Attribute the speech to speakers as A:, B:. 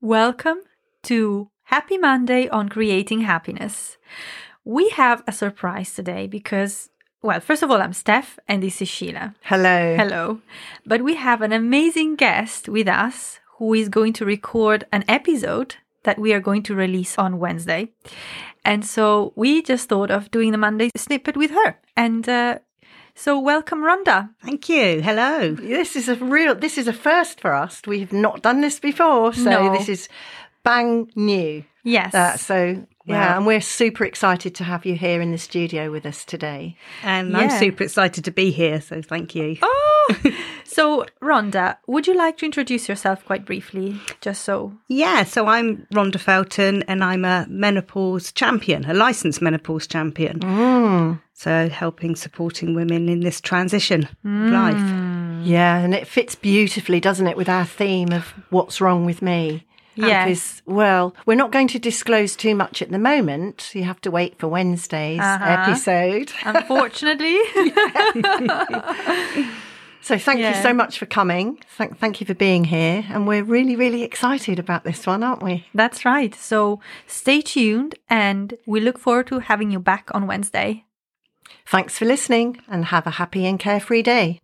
A: Welcome to Happy Monday on Creating Happiness. We have a surprise today because, well, first of all, I'm Steph and this is Sheila.
B: Hello.
A: Hello. But we have an amazing guest with us who is going to record an episode that we are going to release on Wednesday. And so we just thought of doing the Monday snippet with her. And uh, so, welcome, Rhonda.
B: Thank you. Hello. This is a real this is a first for us. We have not done this before, so
A: No.
B: this is bang new.
A: Yes.
B: Uh, so yeah,
A: Wow.
B: and we're super excited to have you here in the studio with us today.
C: And
A: I'm Yeah. super
C: excited to be here, so thank you.
A: Oh! so, Rhonda, would you like to introduce yourself quite briefly, just so?
C: Yeah, so I'm Rhonda Felton and I'm a menopause champion, a licensed menopause champion.
A: Mm.
C: So helping supporting women in this transition of life.
A: Mm.
B: Yeah, and it fits beautifully, doesn't it, with our theme of what's wrong with me?
A: Yes.
B: Because, well, we're not going to disclose too much at the moment. You have to wait for Wednesday's
A: Uh-huh.
B: episode.
A: Unfortunately.
B: So thank
A: Yeah.
B: you so much for coming. Thank, thank you for being here. And we're really, really excited about this one, aren't we?
A: That's right. So, stay tuned and we look forward to having you back on Wednesday.
B: Thanks for listening and have a happy and carefree day.